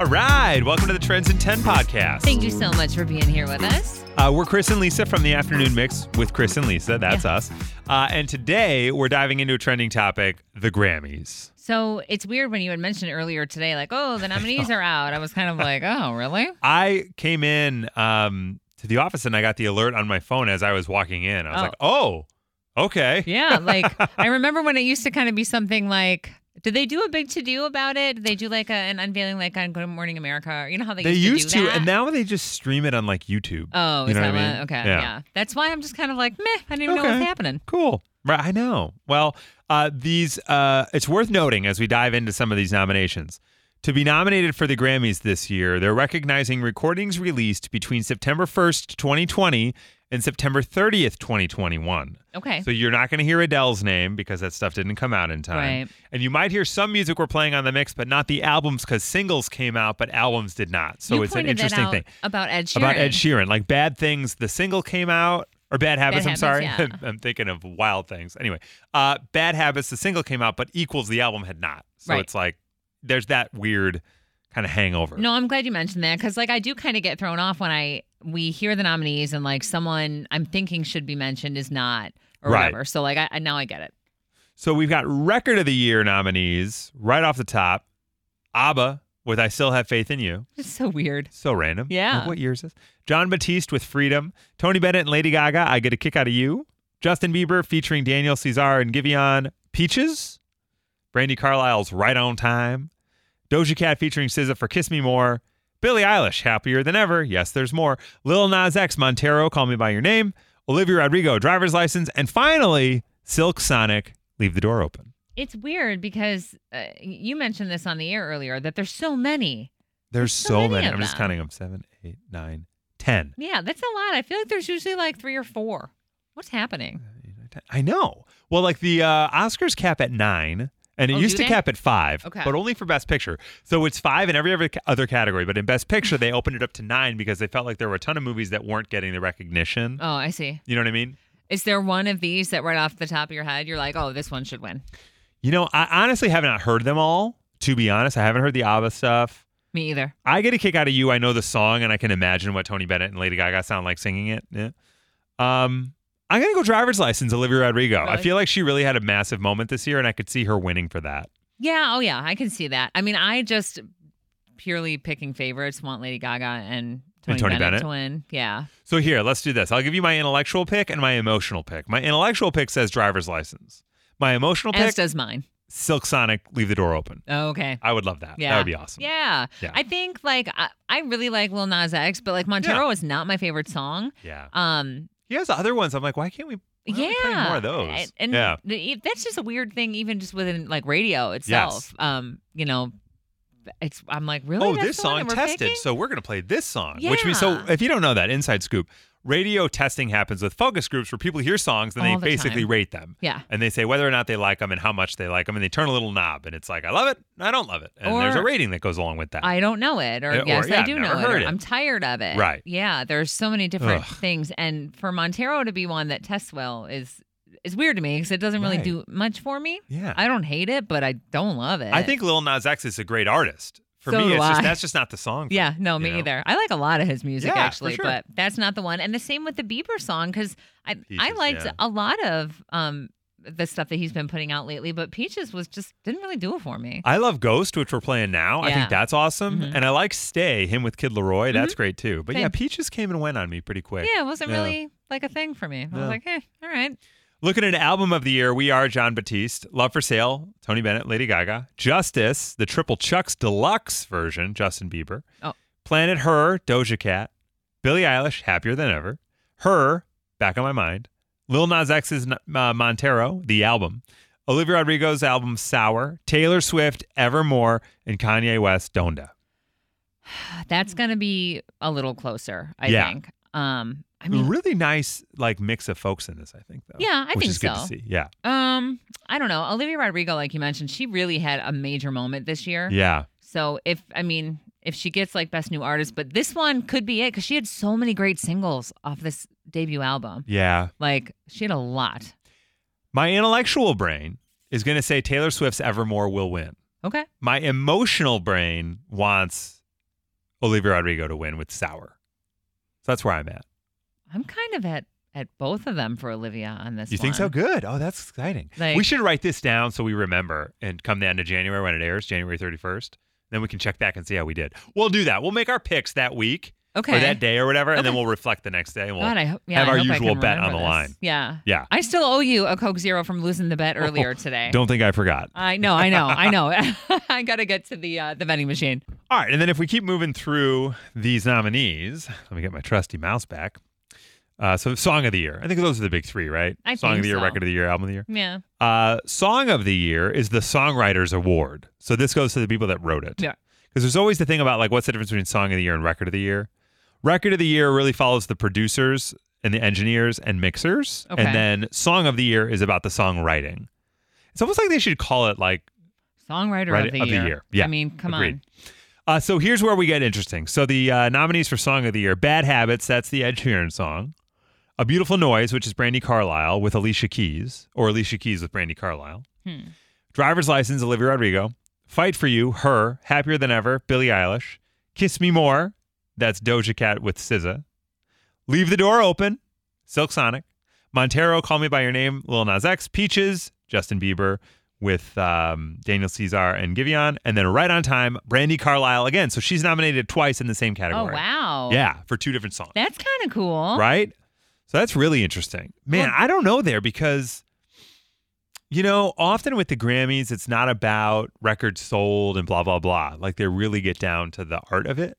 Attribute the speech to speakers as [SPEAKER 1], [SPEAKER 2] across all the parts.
[SPEAKER 1] All right, welcome to the Trends in 10 podcast.
[SPEAKER 2] Thank you so much for being here with us.
[SPEAKER 1] Uh, we're Chris and Lisa from the Afternoon Mix with Chris and Lisa. That's
[SPEAKER 2] Yeah.
[SPEAKER 1] us. Uh, and today we're diving into a trending topic the Grammys.
[SPEAKER 2] So it's weird when you had mentioned earlier today, like, oh, the nominees are out. I was kind of like, oh, really?
[SPEAKER 1] I came in um, to the office and I got the alert on my phone as I was walking in. I was
[SPEAKER 2] Oh.
[SPEAKER 1] like, oh, okay.
[SPEAKER 2] Yeah. Like, I remember when it used to kind of be something like, did they do a big to do about it? Did they do like a, an unveiling, like on Good Morning America? Or, you know how they,
[SPEAKER 1] They used to,
[SPEAKER 2] do that?
[SPEAKER 1] and now they just stream it on like YouTube.
[SPEAKER 2] Oh,
[SPEAKER 1] You
[SPEAKER 2] is
[SPEAKER 1] know
[SPEAKER 2] that
[SPEAKER 1] what I
[SPEAKER 2] one?
[SPEAKER 1] mean?
[SPEAKER 2] Okay.
[SPEAKER 1] Yeah.
[SPEAKER 2] Yeah. That's why I'm just kind of like, meh, I didn't even know
[SPEAKER 1] Okay.
[SPEAKER 2] what's happening.
[SPEAKER 1] Cool. Right, I know. Well, uh, these uh, it's worth noting as we dive into some of these nominations. To be nominated for the Grammys this year, they're recognizing recordings released between September 1st, 2020 and September 30th, 2021.
[SPEAKER 2] Okay.
[SPEAKER 1] So you're not going to hear Adele's name because that stuff didn't come out in time.
[SPEAKER 2] Right.
[SPEAKER 1] And you might hear some music we're playing on the mix, but not the albums because singles came out, but albums did not. So
[SPEAKER 2] you
[SPEAKER 1] it's an
[SPEAKER 2] pointed
[SPEAKER 1] interesting
[SPEAKER 2] that out
[SPEAKER 1] thing
[SPEAKER 2] about Ed Sheeran.
[SPEAKER 1] about Ed Sheeran. Like Bad Things, the single came out, or Bad Habits,
[SPEAKER 2] Habits,
[SPEAKER 1] I'm sorry.
[SPEAKER 2] yeah.
[SPEAKER 1] I'm thinking of Wild Things. Anyway, uh, Bad Habits, the single came out, but Equals, the album had not. So
[SPEAKER 2] Right.
[SPEAKER 1] it's like there's that weird kind of hangover.
[SPEAKER 2] No, I'm glad you mentioned that because like I do kind of get thrown off when I we hear the nominees and like someone I'm thinking should be mentioned is not or
[SPEAKER 1] Right.
[SPEAKER 2] whatever. So like I, I now I get it.
[SPEAKER 1] So we've got Record of the Year nominees right off the top ABBA with I Still Have Faith in You.
[SPEAKER 2] It's so weird.
[SPEAKER 1] So random.
[SPEAKER 2] Yeah.
[SPEAKER 1] Like, what year is this? John Batiste with Freedom. Tony Bennett and Lady Gaga, I Get a Kick Out of You. Justin Bieber featuring Daniel Cesar and Giveon Peaches. Brandy Carlisle's Right on Time. Doja Cat featuring SZA for Kiss Me More. Billie Eilish, Happier Than Ever. Yes, there's more. Lil Nas X, Montero, Call Me By Your Name. Olivia Rodrigo, Driver's License. And finally, Silk Sonic, Leave the Door Open.
[SPEAKER 2] It's weird because uh, you mentioned this on the air earlier that there's so many.
[SPEAKER 1] There's so, many.
[SPEAKER 2] of
[SPEAKER 1] I'm just
[SPEAKER 2] them.
[SPEAKER 1] counting them. Seven, eight, nine, ten.
[SPEAKER 2] Yeah, that's a lot. I feel like there's usually like three or four. What's happening?
[SPEAKER 1] I know. Well, like the uh, Oscars cap at nine, and it
[SPEAKER 2] Oh,
[SPEAKER 1] used to
[SPEAKER 2] do they?
[SPEAKER 1] cap at five,
[SPEAKER 2] Okay.
[SPEAKER 1] but only for Best Picture. So it's five in every other other category, but in Best Picture they opened it up to nine because they felt like there were a ton of movies that weren't getting the recognition.
[SPEAKER 2] Oh, I see.
[SPEAKER 1] You know what I mean?
[SPEAKER 2] Is there one of these that right off the top of your head you're like, oh, this one should win?
[SPEAKER 1] You know, I honestly have not heard them all. To be honest, I haven't heard the ABBA stuff.
[SPEAKER 2] Me either.
[SPEAKER 1] I get a kick out of you. I know the song, and I can imagine what Tony Bennett and Lady Gaga sound like singing it. Yeah. Um, I'm gonna go driver's license, Olivia Rodrigo. I
[SPEAKER 2] Really?
[SPEAKER 1] feel like she really had a massive moment this year, and I could see her winning for that.
[SPEAKER 2] Yeah. Oh, yeah. I can see that. I mean, I just purely picking favorites want Lady Gaga and Tony,
[SPEAKER 1] Tony Bennett?
[SPEAKER 2] to win. Yeah.
[SPEAKER 1] So here, let's do this. I'll give you my intellectual pick and my emotional pick. My intellectual pick says driver's license. My emotional
[SPEAKER 2] As
[SPEAKER 1] pick,
[SPEAKER 2] does mine.
[SPEAKER 1] Silk Sonic, leave the door open.
[SPEAKER 2] Okay.
[SPEAKER 1] I would love that.
[SPEAKER 2] Yeah.
[SPEAKER 1] That would be awesome.
[SPEAKER 2] Yeah.
[SPEAKER 1] Yeah.
[SPEAKER 2] I think like I, I really like Lil Nas X, but like Montero is not my favorite song.
[SPEAKER 1] Yeah.
[SPEAKER 2] Um
[SPEAKER 1] He has other ones. I'm like, why can't we? why
[SPEAKER 2] yeah.
[SPEAKER 1] don't we play more of those.
[SPEAKER 2] And- And
[SPEAKER 1] yeah.
[SPEAKER 2] the- e, that's just a weird thing even just within like radio itself. Um, you you know, it's I'm like, really?
[SPEAKER 1] oh,
[SPEAKER 2] That's
[SPEAKER 1] this
[SPEAKER 2] the one
[SPEAKER 1] song
[SPEAKER 2] that we're
[SPEAKER 1] tested.
[SPEAKER 2] picking?
[SPEAKER 1] So we're gonna play this song. Which means, so
[SPEAKER 2] Yeah.
[SPEAKER 1] if you don't know that, inside scoop. Radio testing happens with focus groups where people hear songs and
[SPEAKER 2] All
[SPEAKER 1] they
[SPEAKER 2] the
[SPEAKER 1] basically
[SPEAKER 2] time.
[SPEAKER 1] rate them.
[SPEAKER 2] Yeah.
[SPEAKER 1] And they say whether or not they like them and how much they like them. And they turn a little knob and it's like, I love it, I don't love it. And there's a
[SPEAKER 2] Or-
[SPEAKER 1] rating that goes along with that.
[SPEAKER 2] I don't know it, or
[SPEAKER 1] Uh, or,
[SPEAKER 2] yes,
[SPEAKER 1] yeah,
[SPEAKER 2] I do
[SPEAKER 1] I've never
[SPEAKER 2] know
[SPEAKER 1] heard
[SPEAKER 2] it,
[SPEAKER 1] it.
[SPEAKER 2] or I'm tired of it.
[SPEAKER 1] Right.
[SPEAKER 2] Yeah, there's so many different
[SPEAKER 1] Ugh.
[SPEAKER 2] things, and for Montero to be one that tests well is is weird to me because it doesn't really
[SPEAKER 1] Right.
[SPEAKER 2] do much for me.
[SPEAKER 1] yeah.
[SPEAKER 2] I don't hate it, but I don't love it.
[SPEAKER 1] I think Lil Nas X is a great artist. For
[SPEAKER 2] So
[SPEAKER 1] me,
[SPEAKER 2] do
[SPEAKER 1] it's just
[SPEAKER 2] I.
[SPEAKER 1] that's just not the song. for
[SPEAKER 2] Yeah,
[SPEAKER 1] me,
[SPEAKER 2] no,
[SPEAKER 1] you
[SPEAKER 2] me
[SPEAKER 1] know?
[SPEAKER 2] either. I like a lot of his music
[SPEAKER 1] Yeah, for
[SPEAKER 2] actually,
[SPEAKER 1] sure.
[SPEAKER 2] but that's not the one. And the same with the Bieber song because I I
[SPEAKER 1] Peaches,
[SPEAKER 2] liked
[SPEAKER 1] yeah.
[SPEAKER 2] a lot of um the stuff that he's been putting out lately, but Peaches was just didn't really do it for me.
[SPEAKER 1] I love Ghost, which we're playing now. I
[SPEAKER 2] Yeah.
[SPEAKER 1] think that's awesome.
[SPEAKER 2] Mhm.
[SPEAKER 1] And I like Stay, him with Kid Leroy. That's great too. But yeah,
[SPEAKER 2] Same.
[SPEAKER 1] Peaches came and went on me pretty quick.
[SPEAKER 2] yeah, it wasn't
[SPEAKER 1] Yeah.
[SPEAKER 2] really like a thing for me. I
[SPEAKER 1] No.
[SPEAKER 2] was like, eh, all right.
[SPEAKER 1] Looking at album of the year, we are John Batiste, Love for Sale, Tony Bennett, Lady Gaga, Justice, the Triple Chucks Deluxe version, Justin Bieber,
[SPEAKER 2] Oh.
[SPEAKER 1] Planet Her, Doja Cat, Billie Eilish, Happier Than Ever, Her, Back on My Mind, Lil Nas X's uh, Montero, the album, Olivia Rodrigo's album Sour, Taylor Swift, Evermore, and Kanye West, Donda.
[SPEAKER 2] That's gonna be a little closer, I
[SPEAKER 1] Yeah.
[SPEAKER 2] think. Um, I mean,
[SPEAKER 1] really nice like mix of folks in this, I think though.
[SPEAKER 2] Yeah, I
[SPEAKER 1] which
[SPEAKER 2] think
[SPEAKER 1] is good to
[SPEAKER 2] so.
[SPEAKER 1] see. Yeah,
[SPEAKER 2] um, I don't know. Olivia Rodrigo, like you mentioned, she really had a major moment this year.
[SPEAKER 1] yeah,
[SPEAKER 2] So if I mean, if she gets like best new artist, but this one could be it because she had so many great singles off this debut album.
[SPEAKER 1] yeah.
[SPEAKER 2] Like she had a lot.
[SPEAKER 1] My intellectual brain is going to say Taylor Swift's Evermore will win.
[SPEAKER 2] Okay.
[SPEAKER 1] My emotional brain wants Olivia Rodrigo to win with Sour. So that's where I'm at.
[SPEAKER 2] I'm kind of at at both of them for Olivia on this.
[SPEAKER 1] You think so?
[SPEAKER 2] one.
[SPEAKER 1] Good. Oh, that's exciting.
[SPEAKER 2] Like-
[SPEAKER 1] we should write this down so we remember and come the end of January when it airs, January 31st. Then we can check back and see how we did. We'll do that. We'll make our picks that week
[SPEAKER 2] Okay.
[SPEAKER 1] or that day or whatever, and then
[SPEAKER 2] Okay.
[SPEAKER 1] we'll reflect the next day. And we'll,
[SPEAKER 2] God, I hope. Yeah,
[SPEAKER 1] have
[SPEAKER 2] I
[SPEAKER 1] our
[SPEAKER 2] hope I
[SPEAKER 1] usual
[SPEAKER 2] can
[SPEAKER 1] bet on the
[SPEAKER 2] remember this.
[SPEAKER 1] line.
[SPEAKER 2] Yeah.
[SPEAKER 1] yeah. Oh,
[SPEAKER 2] I still owe you a Coke Zero from losing the bet earlier today.
[SPEAKER 1] Don't think I forgot.
[SPEAKER 2] I know, I know, I know. I gotta get to the uh, the vending machine.
[SPEAKER 1] All right, and then if we keep moving through these nominees, let me get my trusty mouse back. Uh, so, song of the year. I think those are the big three, right?
[SPEAKER 2] I
[SPEAKER 1] song of
[SPEAKER 2] think
[SPEAKER 1] the year,
[SPEAKER 2] so.
[SPEAKER 1] record of the year, album of the year.
[SPEAKER 2] Yeah.
[SPEAKER 1] Uh, song of the year is the Songwriters Award. So this goes to the people that wrote it.
[SPEAKER 2] Yeah.
[SPEAKER 1] Because there's always the thing about like what's the difference between song of the year and record of the year. Record of the year really follows the producers and the engineers and mixers,
[SPEAKER 2] Okay.
[SPEAKER 1] and then song of the year is about the songwriting. It's almost like they should call it like
[SPEAKER 2] Songwriter
[SPEAKER 1] Right,
[SPEAKER 2] of, the,
[SPEAKER 1] of the
[SPEAKER 2] year.
[SPEAKER 1] year. Yeah,
[SPEAKER 2] I mean, come
[SPEAKER 1] agreed.
[SPEAKER 2] on.
[SPEAKER 1] Uh, so here's where we get interesting. So the uh, nominees for Song of the Year: "Bad Habits," that's the Ed Sheeran song; "A Beautiful Noise," which is Brandy Carlisle with Alicia Keys, or Alicia Keys with Brandy Carlisle;
[SPEAKER 2] Hmm.
[SPEAKER 1] "Driver's License," Olivia Rodrigo; "Fight for You," her; "Happier Than Ever," Billie Eilish; "Kiss Me More," that's Doja Cat with SZA; "Leave the Door Open," Silk Sonic; Montero, "Call Me by Your Name," Lil Nas X; "Peaches," Justin Bieber, with um, Daniel Caesar and Giveon, and then right on time, Brandy Carlisle again. So she's nominated twice in the same
[SPEAKER 2] Oh
[SPEAKER 1] category.
[SPEAKER 2] wow.
[SPEAKER 1] Yeah, for two different songs.
[SPEAKER 2] That's kind of cool.
[SPEAKER 1] Right? So that's really interesting. Man,
[SPEAKER 2] Well-
[SPEAKER 1] I don't know there because you know, often with the Grammys, it's not about records sold and blah blah blah. Like they really get down to the art of it.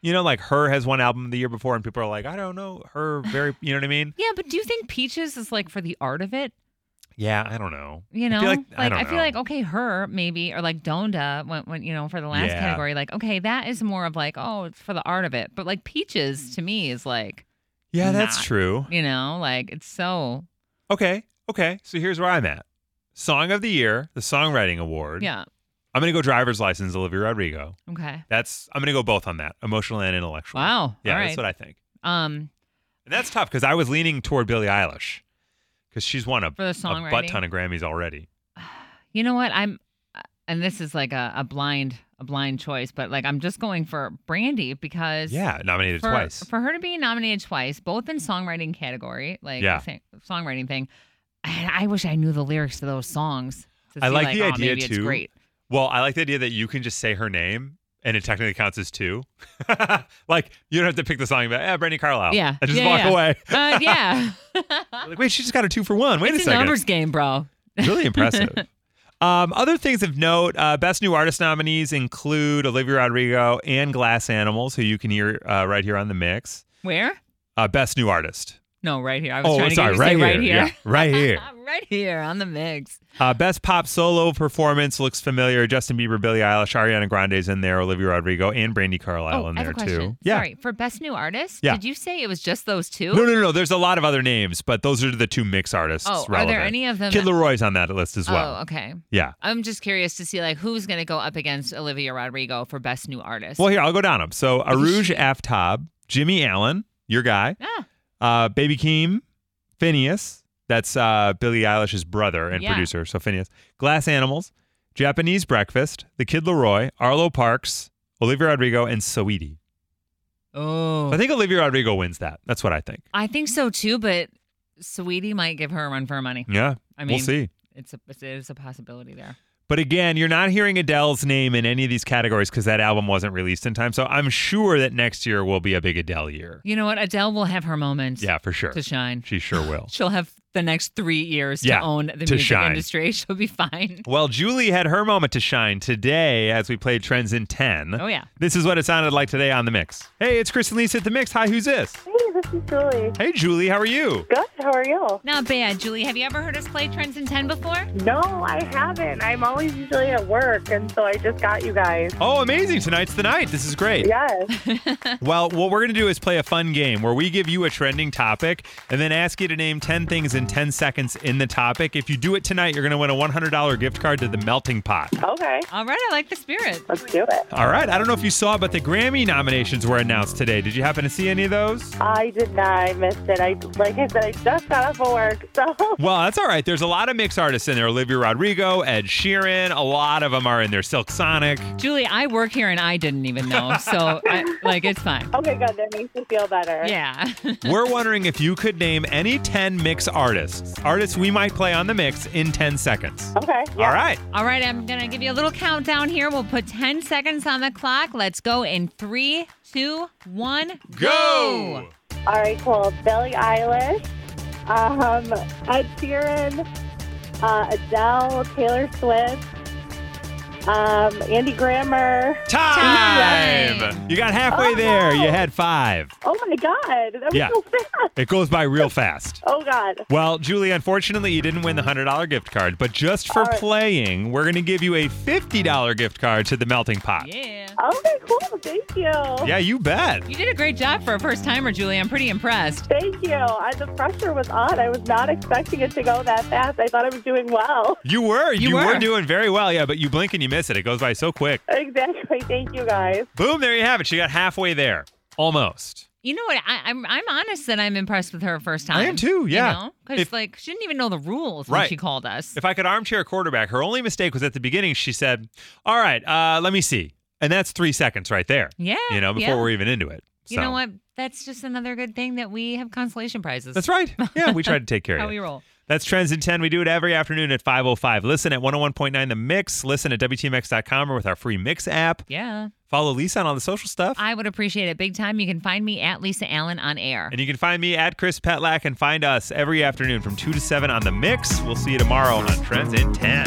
[SPEAKER 1] You know, like her has one album the year before, and people are like, I don't know, her very, you know what I mean?
[SPEAKER 2] Yeah, but do you think Peaches is like for the art of it?
[SPEAKER 1] Yeah, I don't know.
[SPEAKER 2] You
[SPEAKER 1] I
[SPEAKER 2] know,
[SPEAKER 1] feel like- I don't
[SPEAKER 2] feel
[SPEAKER 1] know.
[SPEAKER 2] like okay, her maybe, or like Donda when, when you know for the last
[SPEAKER 1] Yeah.
[SPEAKER 2] category, like okay, that is more of like oh, it's for the art of it. But like Peaches to me is like
[SPEAKER 1] Yeah, that's
[SPEAKER 2] Not.
[SPEAKER 1] true.
[SPEAKER 2] you know like it's so
[SPEAKER 1] Okay. Okay. So here's where I'm at. Song of the year, the songwriting award.
[SPEAKER 2] yeah
[SPEAKER 1] I'm gonna go driver's license, Olivia Rodrigo.
[SPEAKER 2] okay
[SPEAKER 1] That's I'm gonna go both on that, emotional and intellectual.
[SPEAKER 2] wow
[SPEAKER 1] Yeah,
[SPEAKER 2] all right
[SPEAKER 1] that's what I think.
[SPEAKER 2] um
[SPEAKER 1] And that's tough because I was leaning toward Billie Eilish because she's won a,
[SPEAKER 2] for the
[SPEAKER 1] a
[SPEAKER 2] songwriting
[SPEAKER 1] butt ton of Grammys already.
[SPEAKER 2] You know what? I'm, uh, and this is like a, a blind a blind choice, but like I'm just going for Brandy because
[SPEAKER 1] Yeah, nominated
[SPEAKER 2] for,
[SPEAKER 1] twice.
[SPEAKER 2] for her to be nominated twice, both in songwriting category, like
[SPEAKER 1] Yeah.
[SPEAKER 2] sa- songwriting thing. I, I wish I knew the lyrics to those songs. to
[SPEAKER 1] I
[SPEAKER 2] see,
[SPEAKER 1] like the
[SPEAKER 2] oh,
[SPEAKER 1] idea,
[SPEAKER 2] maybe It's
[SPEAKER 1] too.
[SPEAKER 2] great.
[SPEAKER 1] well, I like the idea that you can just say her name and it technically counts as two. like you don't have to pick the song about yeah, Brandy Carlisle.
[SPEAKER 2] Yeah,
[SPEAKER 1] And just
[SPEAKER 2] yeah,
[SPEAKER 1] walk
[SPEAKER 2] yeah.
[SPEAKER 1] away.
[SPEAKER 2] Uh, yeah,
[SPEAKER 1] Like, wait, she just got a two for one. Wait
[SPEAKER 2] it's
[SPEAKER 1] a
[SPEAKER 2] a
[SPEAKER 1] second.
[SPEAKER 2] numbers game, bro.
[SPEAKER 1] Really impressive. um, other things of note uh, Best New Artist nominees include Olivia Rodrigo and Glass Animals, who you can hear uh, right here on the mix.
[SPEAKER 2] Where?
[SPEAKER 1] Uh, Best New Artist.
[SPEAKER 2] No, right here. I was
[SPEAKER 1] Oh,
[SPEAKER 2] trying
[SPEAKER 1] sorry,
[SPEAKER 2] to get
[SPEAKER 1] right
[SPEAKER 2] you
[SPEAKER 1] here.
[SPEAKER 2] to say
[SPEAKER 1] Yeah, right here.
[SPEAKER 2] Ah, right here on the mix.
[SPEAKER 1] Uh, best Pop Solo Performance looks familiar. Justin Bieber, Billie Eilish, Ariana Grande's in there, Olivia Rodrigo, and Brandy Carlisle
[SPEAKER 2] oh,
[SPEAKER 1] in
[SPEAKER 2] I have
[SPEAKER 1] there
[SPEAKER 2] a
[SPEAKER 1] too.
[SPEAKER 2] question.
[SPEAKER 1] Yeah.
[SPEAKER 2] Sorry for best new artist.
[SPEAKER 1] Yeah.
[SPEAKER 2] Did you say it was just those two?
[SPEAKER 1] No, no, no, no. There's a lot of other names, but those are the two mix artists.
[SPEAKER 2] oh, are
[SPEAKER 1] relevant.
[SPEAKER 2] there any of them?
[SPEAKER 1] Kid Leroy's on that list as well.
[SPEAKER 2] Oh, okay.
[SPEAKER 1] Yeah.
[SPEAKER 2] I'm just curious to see like who's going to go up against Olivia Rodrigo for best new artist.
[SPEAKER 1] Well, here, I'll go down them. So Aruj
[SPEAKER 2] she-
[SPEAKER 1] Aftab, Jimmy Allen, your guy,
[SPEAKER 2] ah,
[SPEAKER 1] Uh, Baby Keem, Phineas. That's uh, Billie Eilish's brother and
[SPEAKER 2] Yeah.
[SPEAKER 1] producer. So Phineas. Glass Animals, Japanese Breakfast, The Kid Leroy, Arlo Parks, Olivia Rodrigo, and Saweetie.
[SPEAKER 2] oh,
[SPEAKER 1] I think Olivia Rodrigo wins that. That's what I think.
[SPEAKER 2] I think so too. But Sweetie might give her a run for her money.
[SPEAKER 1] Yeah,
[SPEAKER 2] I mean,
[SPEAKER 1] we'll see.
[SPEAKER 2] It's a it is a possibility there.
[SPEAKER 1] But again, you're not hearing Adele's name in any of these categories because that album wasn't released in time. So I'm sure that next year will be a big Adele year.
[SPEAKER 2] You know what? Adele will have her moment.
[SPEAKER 1] Yeah, for sure.
[SPEAKER 2] to shine.
[SPEAKER 1] She sure will.
[SPEAKER 2] She'll have the next three years
[SPEAKER 1] Yeah,
[SPEAKER 2] to own the
[SPEAKER 1] to
[SPEAKER 2] music
[SPEAKER 1] shine.
[SPEAKER 2] industry. She'll be fine.
[SPEAKER 1] Well, Julie had her moment to shine today as we played Trends in 10.
[SPEAKER 2] Oh yeah.
[SPEAKER 1] This is what it sounded like today on The Mix. Hey, it's Chris and Lisa at The Mix. Hi, who's this?
[SPEAKER 3] Hey, this is Julie.
[SPEAKER 1] Hey, Julie, how are you?
[SPEAKER 3] Good. How are you?
[SPEAKER 2] Not bad, Julie. Have you ever heard us play Trends in Ten before?
[SPEAKER 3] No, I haven't. I'm always usually at work, and so I just got you guys.
[SPEAKER 1] Oh, amazing. Tonight's the night. This is great.
[SPEAKER 3] Yes.
[SPEAKER 1] Well, what we're going to do is play a fun game where we give you a trending topic and then ask you to name 10 things in 10 seconds in the topic. If you do it tonight, you're going to win a $100 gift card to The Melting Pot.
[SPEAKER 3] Okay.
[SPEAKER 2] All right, I like the spirit.
[SPEAKER 3] Let's do it.
[SPEAKER 1] All right. I don't know if you saw, but the Grammy nominations were announced today. Did you happen to see any of those?
[SPEAKER 3] I did not. I missed it. I like I said, I just just got off of work, so
[SPEAKER 1] Well, that's all right. There's a lot of mix artists in there. Olivia Rodrigo, Ed Sheeran. A lot of them are in there. Silk Sonic.
[SPEAKER 2] Julie, I work here and I didn't even know. So, I, like, it's fine.
[SPEAKER 3] okay, good. That makes me feel better.
[SPEAKER 2] Yeah.
[SPEAKER 1] We're wondering if you could name any 10 mix artists, artists we might play on the mix in 10 seconds.
[SPEAKER 3] Okay. Yeah.
[SPEAKER 1] All right.
[SPEAKER 2] All right, I'm going to give you a little countdown here. We'll put 10 seconds on the clock. Let's go in three, two, one,
[SPEAKER 1] Go!
[SPEAKER 3] All right, cool. Billie Eilish, um, Ed Sheeran, uh, Adele, Taylor Swift, um, Andy Grammer.
[SPEAKER 1] Time!
[SPEAKER 2] Time.
[SPEAKER 1] You got halfway
[SPEAKER 3] Oh,
[SPEAKER 1] there.
[SPEAKER 3] no.
[SPEAKER 1] You had five.
[SPEAKER 3] Oh my God, that was
[SPEAKER 1] Yeah.
[SPEAKER 3] so fast.
[SPEAKER 1] It goes by real fast.
[SPEAKER 3] Oh God.
[SPEAKER 1] Well, Julie, unfortunately, you didn't win the $100 gift card, but just for
[SPEAKER 3] All right.
[SPEAKER 1] playing, we're going to give you a $50 gift card to the Melting Pot.
[SPEAKER 2] Yeah.
[SPEAKER 3] Okay, cool. Thank you.
[SPEAKER 1] Yeah, you bet.
[SPEAKER 2] You did a great job for a first timer, Julie. I'm pretty impressed.
[SPEAKER 3] Thank you. I, the pressure was on. I was not expecting it to go that fast. I thought I was doing well.
[SPEAKER 1] You were. You, were.
[SPEAKER 2] were.
[SPEAKER 1] doing very well. Yeah, but you blink and you miss it. It goes by so quick.
[SPEAKER 3] Exactly. Thank you, guys.
[SPEAKER 1] Boom, there you have it. She got halfway there. Almost.
[SPEAKER 2] You know what? I, I'm I'm honest that I'm impressed with her first time.
[SPEAKER 1] I am too, yeah.
[SPEAKER 2] You know? Because,
[SPEAKER 1] If-
[SPEAKER 2] like, she didn't even know the rules when
[SPEAKER 1] Right.
[SPEAKER 2] she called us.
[SPEAKER 1] If I could armchair quarterback, her only mistake was at the beginning. She said, All right, uh, let me see. And that's three seconds right there.
[SPEAKER 2] yeah.
[SPEAKER 1] You know, before
[SPEAKER 2] yeah.
[SPEAKER 1] we're even into it.
[SPEAKER 2] You know
[SPEAKER 1] So-
[SPEAKER 2] what? That's just another good thing that we have consolation prizes.
[SPEAKER 1] That's right. Yeah, we tried to take care of
[SPEAKER 2] How
[SPEAKER 1] you.
[SPEAKER 2] we roll.
[SPEAKER 1] That's Trends in 10. We do it every afternoon at 5.05. Listen at 101.9 The Mix. Listen at WTMX.com or with our free Mix app.
[SPEAKER 2] Yeah.
[SPEAKER 1] Follow Lisa on all the social stuff.
[SPEAKER 2] I would appreciate it big time. You can find me at Lisa Allen on air.
[SPEAKER 1] and you can find me at Chris Petlak and find us every afternoon from 2 to 7 on The Mix. We'll see you tomorrow on Trends in 10.